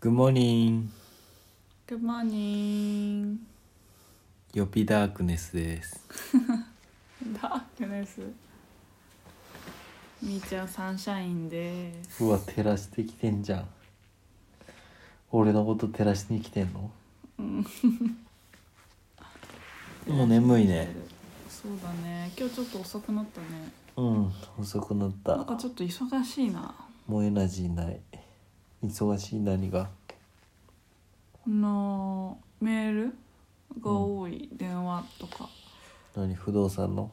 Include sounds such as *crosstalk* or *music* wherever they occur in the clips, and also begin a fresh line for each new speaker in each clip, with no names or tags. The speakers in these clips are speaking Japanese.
グモニン
Good morning! *laughs*
ヨピダークネスです
ダークネスみーちゃんサンシャインです
うわ照らしてきてんじゃん俺のこと照らしに来てんのもう眠いね
そうだね今日ちょっと遅くなったね
うん遅くなっ
なん
た
かちょっと忙しいな
もうエナジーない忙しい何が
あのメールが多い、電話とか
何不動産の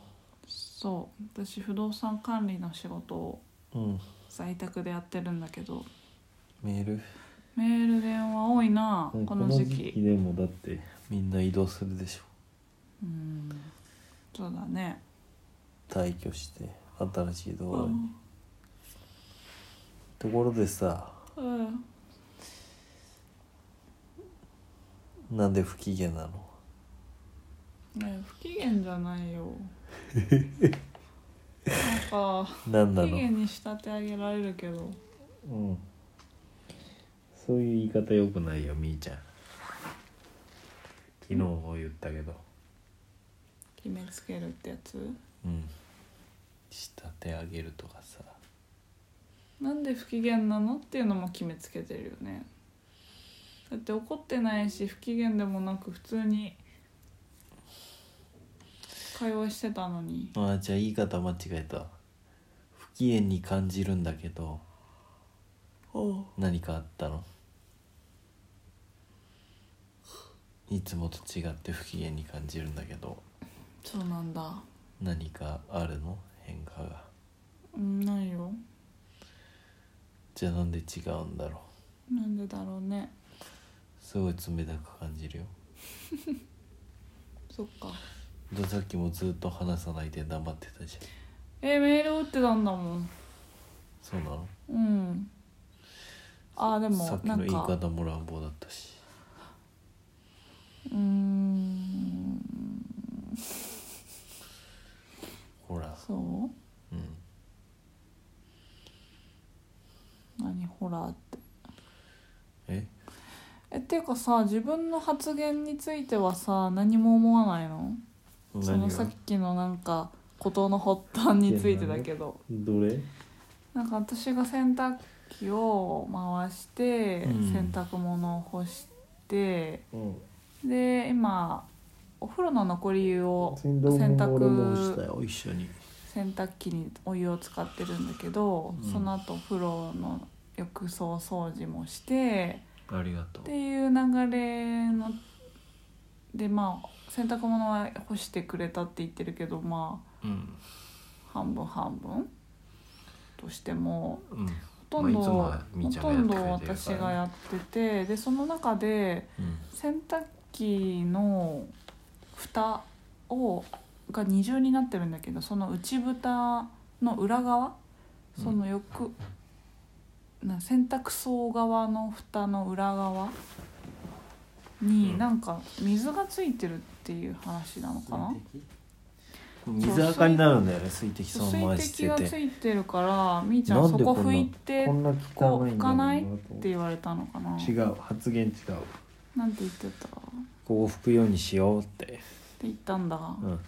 そう私不動産管理の仕事を
うん
在宅でやってるんだけど
メール
メール電話多いなこの時期
でもだってみんな移動するでしょ
うんそうだね
退去して新しいとこ
う
ろに、
ん
ところでさ
うん
なんで不機嫌なの
ねえ不機嫌じゃな
*laughs*
いよなん
何
か不
な
機嫌
の
に仕立て上げられるけど
うんそういう言い方よくないよみーちゃん昨日も言ったけど
決めつけるってやつ
うん仕立て上げるとかさ
なんで不機嫌なのっていうのも決めつけてるよねだって怒ってないし不機嫌でもなく普通に会話してたのに
ああじゃあ言い方間違えた不機嫌に感じるんだけど何かあったのいつもと違って不機嫌に感じるんだけど
そうなんだ
何かあるの変化が
うんないよ
じゃあなんで違うんだろう
なんでだろうね
すごい冷たく感じるよ
そっか
でさっきもずっと話さないで黙ってたじゃん
えメール打ってたんだもん
そうなの
うんああで
さ
も
っき
な
の言
ん
い
か
方も乱暴だったし
うーん
ほら
そ
うん
う何ホラーって
え
えっていうかさ自分の発言についてはさ何も思わないのそのさっきのなんかことの発端についてだけど
どれ
なんか私が洗濯機を回して、
うん
洗濯物を干して
うん
で今お風呂の残り湯を
洗
濯
俺もしたよ一緒に
洗濯機にお湯を使ってるんだけど、
うん
その後お風呂の浴槽掃除もして
ありがとう
っていう流れのでまあ洗濯物は干してくれたって言ってるけどま
うん
あ半分半分としても
うん
ほとん
ま
ど、
あいつもはみー
ほ
ちゃんが
と
やっ
ん
て
ど
くれてるからね
私がやっててでその中で
うん
洗濯機の蓋をが二重になってるんだけどその内蓋の裏側そのよく、な洗濯槽側の蓋の裏側
う
に
ん
なんか水がついてるっていう話なのかな、
水垢になるんだよね水滴そのまま
水滴
して
が
て
ついてるからみーちゃんそこ拭いてって
んな
こう拭かないっ
んだろうなと
言われたのかな
違う発言違う
なんて言ってたって
こう拭くようにしようって
言ったんだ、
うん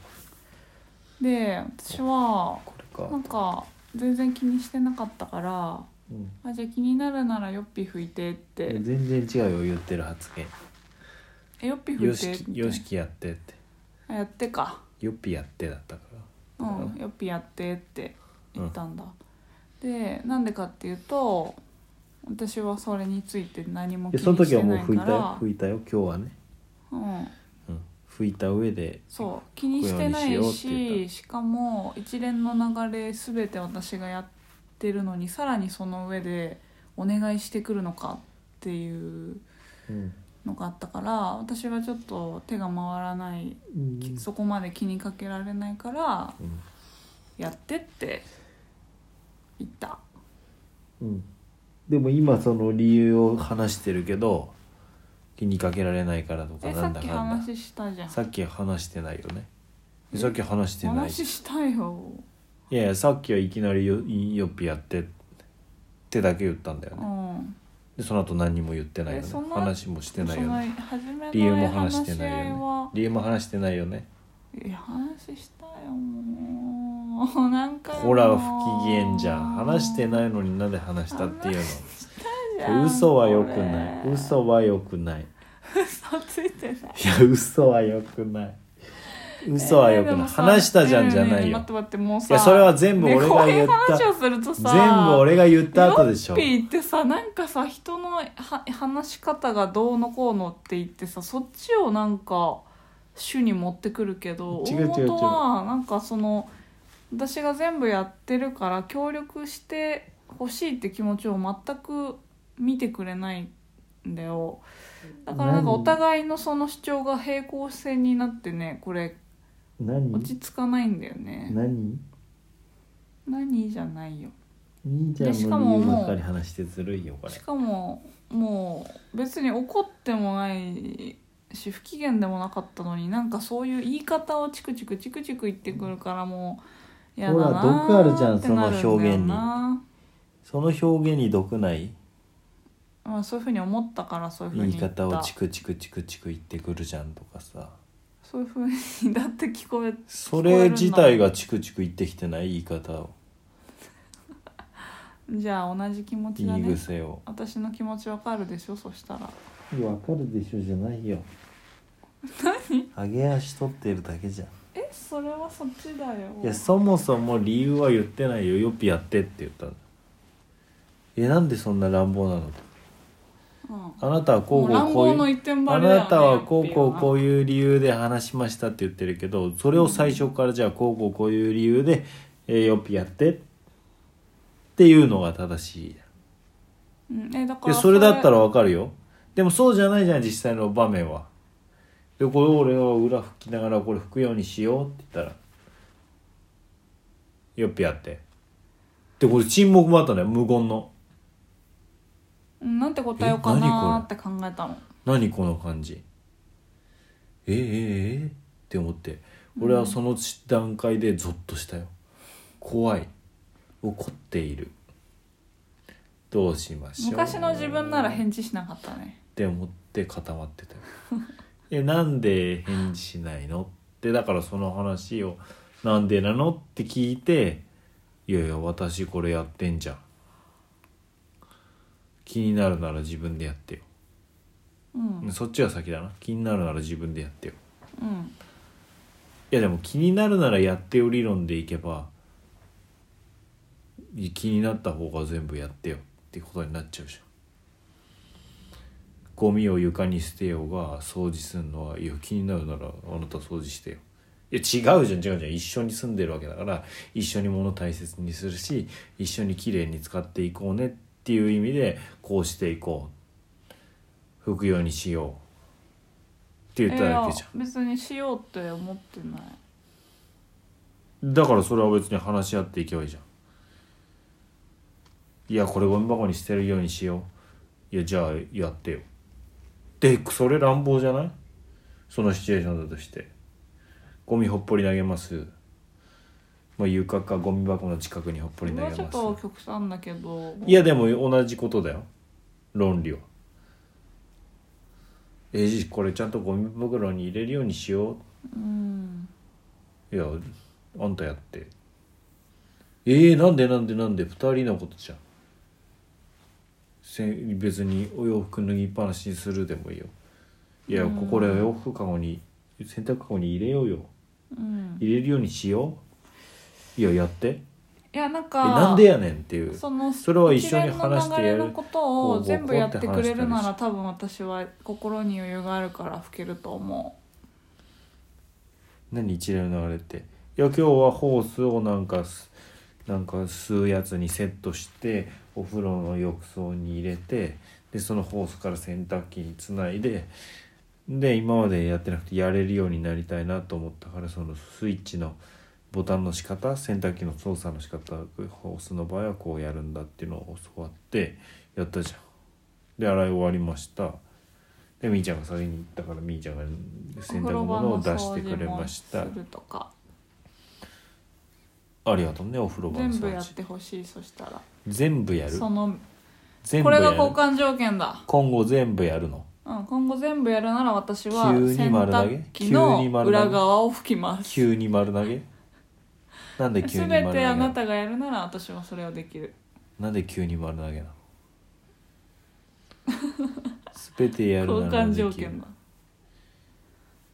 で私は
これ
な
か
んか全然気にしてなかったから
うん
あじゃあ気になるならよっぴ拭いてっ
いや
て
全然違うよ言ってる発言
えよっ *laughs* ぴ拭
よ
いて
し
っ
きよしてきやってって
あやってか
よっぴやってだったからだ
う
か
ん、よっぴやってって言ったんだ、でなんでかっていうと私はそれについて何も
ら
気
でその
に
時
して
はもう
ない
拭いたよ
か
拭いたよ今日はね、
らうん
うん、拭いた上で
そう気にしてない
こういうように
し
しようって言っ
しかも一連の流れ全て私がやってるのにさらにその上でお願いしてくるのかっていう
うん
のがあったから私はちょっと手が回らない、きそこまで気にかけられないから
うん
やってって言った
うん、でも今その理由を話してるけど気にかけられないからとか
え
な
さ
ん
っ
だ
き
かんだ
話したじゃん
さっき話してないよねさっき話してない
話したよ
いやいやさっきはいきなりよ「よっぴやって」ってだけ言ったんだよ
う
ね
ん
でその後何も言ってないよ
え
ね
そんな
話もしてない
そ
よ
の
ね
初めの
理由も話してない
話し合い
よ
は
ね理由も話してないよね
いや話したよもう *laughs* 何回も
ほら不機嫌じゃん話してないのになんで話したっていうの
じ
こ
ゃ
れ
ん
嘘は良
こ
く
れ
ない嘘は良くない
嘘ついてない
いや嘘は良くない嘘は良く
えーで
ない
もさ
話したじゃんじゃない
えーねえねえ
よ
待って待ってもうさ
いやそれは全部俺が言っ
ねこういう
た
話をするとさ
全部俺が言った後でしょ
ヨッピーってさなんかさ人のは話し方がどうのこうのって言ってさそっちをなんか主に持ってくるけど
違う違う違う
大元はなんかその私が全部やってるから協力してほしいって気持ちを全く見てくれないんだよだからなんかお互いのその主張が平行線になってねこれ
何
落ち着かないんだよね
何
何じゃないよ
兄ちゃ
でし
ん
か
の
も
理由ば
もう
っかり話してずるいよこれ
しかももう別に怒ってもないし不機嫌でもなかったのになんかそういう言い方をチクチクチクチク言ってくるからもうやだなー
ほら毒あるじゃん
ってなるだよな
その表現にその表現に毒ない
まあ、そういうふうに思ったからそういうふう
言
に
い方を
った
チクチクチクチク言ってくるじゃんとかさ
そういうふうにだって聞こえ
そ
聞こえ
れ
るんだ
自体がチクチク言ってきてない言い方を
じゃあ同じ気持ちだ
言い
ね
癖を
私の気持ちわかるでしょそしたら
わかるでしょじゃないよ何上げ足取ってるだけじゃん
えそれはそっちだよ
いやそもそも理由は言ってないよよっぴやってって言ったのえなんでそんな乱暴なのと
う
あ
ん
なたはこ
も
う
う
こう
乱
こう
暴
いう
の一点張
あ
りだよね
なたはこうこうこ
う
ういう理由で話しましたって言ってるけどそれを最初からじゃあこうこうこういう理由で、えーよっぴやってっていうのが正しい
うん、えだか
で
ら
それだったらわかるよでもそうじゃないじゃん実際の場面はでこれ俺は裏拭きながらこれ拭くようにしようって言ったらよっぴやってでこれ沈黙もあったね無言の
うんなんて答えようかなーって考えたの
何この感じえええええって思って俺はその段階でゾッとしたよ怖い怒っているどうしましょう
昔の自分なら返事しなかったね
って思って固まってたよ *laughs* えなんで返事しないのってだからその話をなんでなのって聞いていやいや私これやってんじゃん気になるなら自分でやってよ
うん
そっちが先だな気になるなら自分でやってよ
うん
いやでも気になるならやってよ理論でいけばい気になった方が全部やってよってことになっちゃうじゃんゴミを床に捨てようが掃除するのはいや気になるならあなた掃除してよいや違うじゃん違うじゃん一緒に住んでるわけだから一緒に物大切にするし一緒にきれいに使っていこうねっていう意味でこうしていこう拭くようにしようって言っただけじゃん
いや別にしようって思ってない
だからそれは別に話し合っていけばいいじゃんいやこれゴミ箱に捨てるようにしよういやじゃあやってよでそれ乱暴じゃないそのシチュエーションだとしてゴミほっぽり投げます、まあ、床かゴミ箱の近くにほっぽり投
これ
げ
は
ま
ちょっ
す
と極端だけど
いやでも同じことだよ論理はえじこれちゃんとゴミ袋に入れるようにしよう
うん
いやあんたやってえー、なんでなんでなんで2人のことじゃんせん別にお洋服脱ぎっぱなしにするでもいいよいや
うん
ここでお洋服かごに洗濯かごに入れようよ
うん
入れるようにしよういややってえ
いやなんか
なんでやねんっていう
その
それは一緒に話してやる
一連の流れのこと
こ
を
う
全部やってくれるな
こう
ら多分私は心に余裕があるから吹けると思
何一連の流れっていや今日はホースをなんかすなんか吸うやつにセットしてお風呂の浴槽に入れてでそのホースから洗濯機につないでで今までやってなくてやれるようになりたいなと思ったからそのスイッチのボタンの仕方洗濯機の操作の仕方ホースの場合はこうやるんだっていうのを教わってやったじゃん。で洗い終わりました。でみーちゃんが先に行ったからみーちゃんが
う
洗濯物を出してくれまし
お
た
風呂場の掃除もするとか
ありがとうねお風呂場の
全部
掃
やっ
除
てほしいそしたら
全部やる
その
全
こ
部や
れ
る
が交換条件だ、
今後全部やるの
うん、今後全部やるなら私は
急に
洗
丸投げ
濯機の
急に丸投げ
裏側を拭きます
急に丸投げなん
*laughs*
で急
全
に丸投
て
げな
あな
の
たがやるなら私はそれをできる
なんで急に丸投げなの *laughs* 全てやる
交
なら
換
できる
条件だ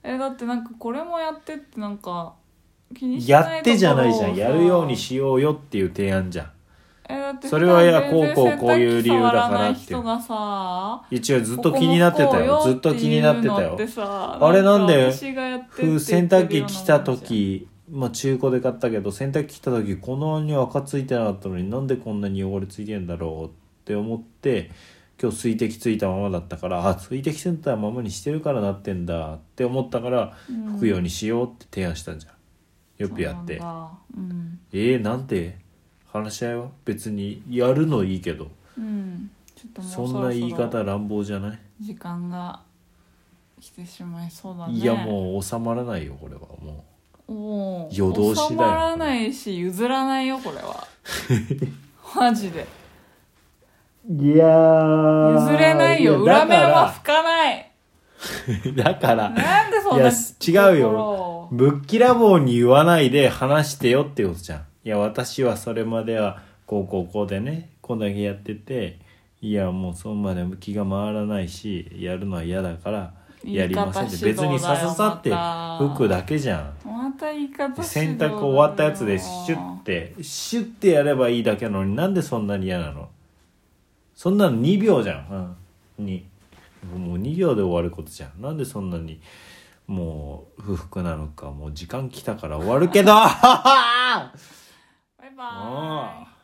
えだってなんかこれもやってってなんか気にしてないところを
やってじゃないじゃん
さ
やるようにしようよっていう提案じゃん
えだって
それはいや
普段全然
こうこうこういう理由だから
洗濯機触ない
って
人がさ
一応ずっと気になってたよ
ここもこう
ずっと気になってたよ
ていうのってさ
あれなんで
か私がやってって
ふ
言ってるよう
洗
なもん
濯機来た時まあ中古で買ったけど洗濯機来た時こんなに赤ついてなかったのになんでこんなに汚れついてんだろうって思って今日水滴ついたままだだからあ水滴ついたままにしてるからなってんだって思ったから
じゃん
拭くようにしようって提案したんじゃんよくやって
そうなんだ
えー、なんて話し合いは別にやるのいいけど
うん、うん、ちょっともう
そ
ろ
ん
ろ
な言い方乱暴じゃない
時間が来てしまいそうだね
いやもう収まらないよこれはも
もう
夜通しだよ
収まらないし譲らないよこれ
*laughs*
はマジで
ういやー
譲れないよ裏面は拭かない
*laughs* だから
なんでそ
い
んな
や
ところ
違うよぶっきらぼうに言わないで話してよってことじゃんいや私はそれまではこうこうこうでねこんだけやってていやもうそんまで気が回らないしやるのは嫌だからやりませんって
言い
別
方指
に
導だ
さ
よ
ささって
また
服だけじゃん
また言い方指導だよ
洗濯終わったやつでシュッてシュッてやればいいだけなのになんでそんなに嫌なのそんなの2秒じゃん、うん、にもう2秒で終わることじゃんなんでそんなにもう不服 *laughs* なのかもう時間来たから終わるけど
バイ
も
バ
う
イ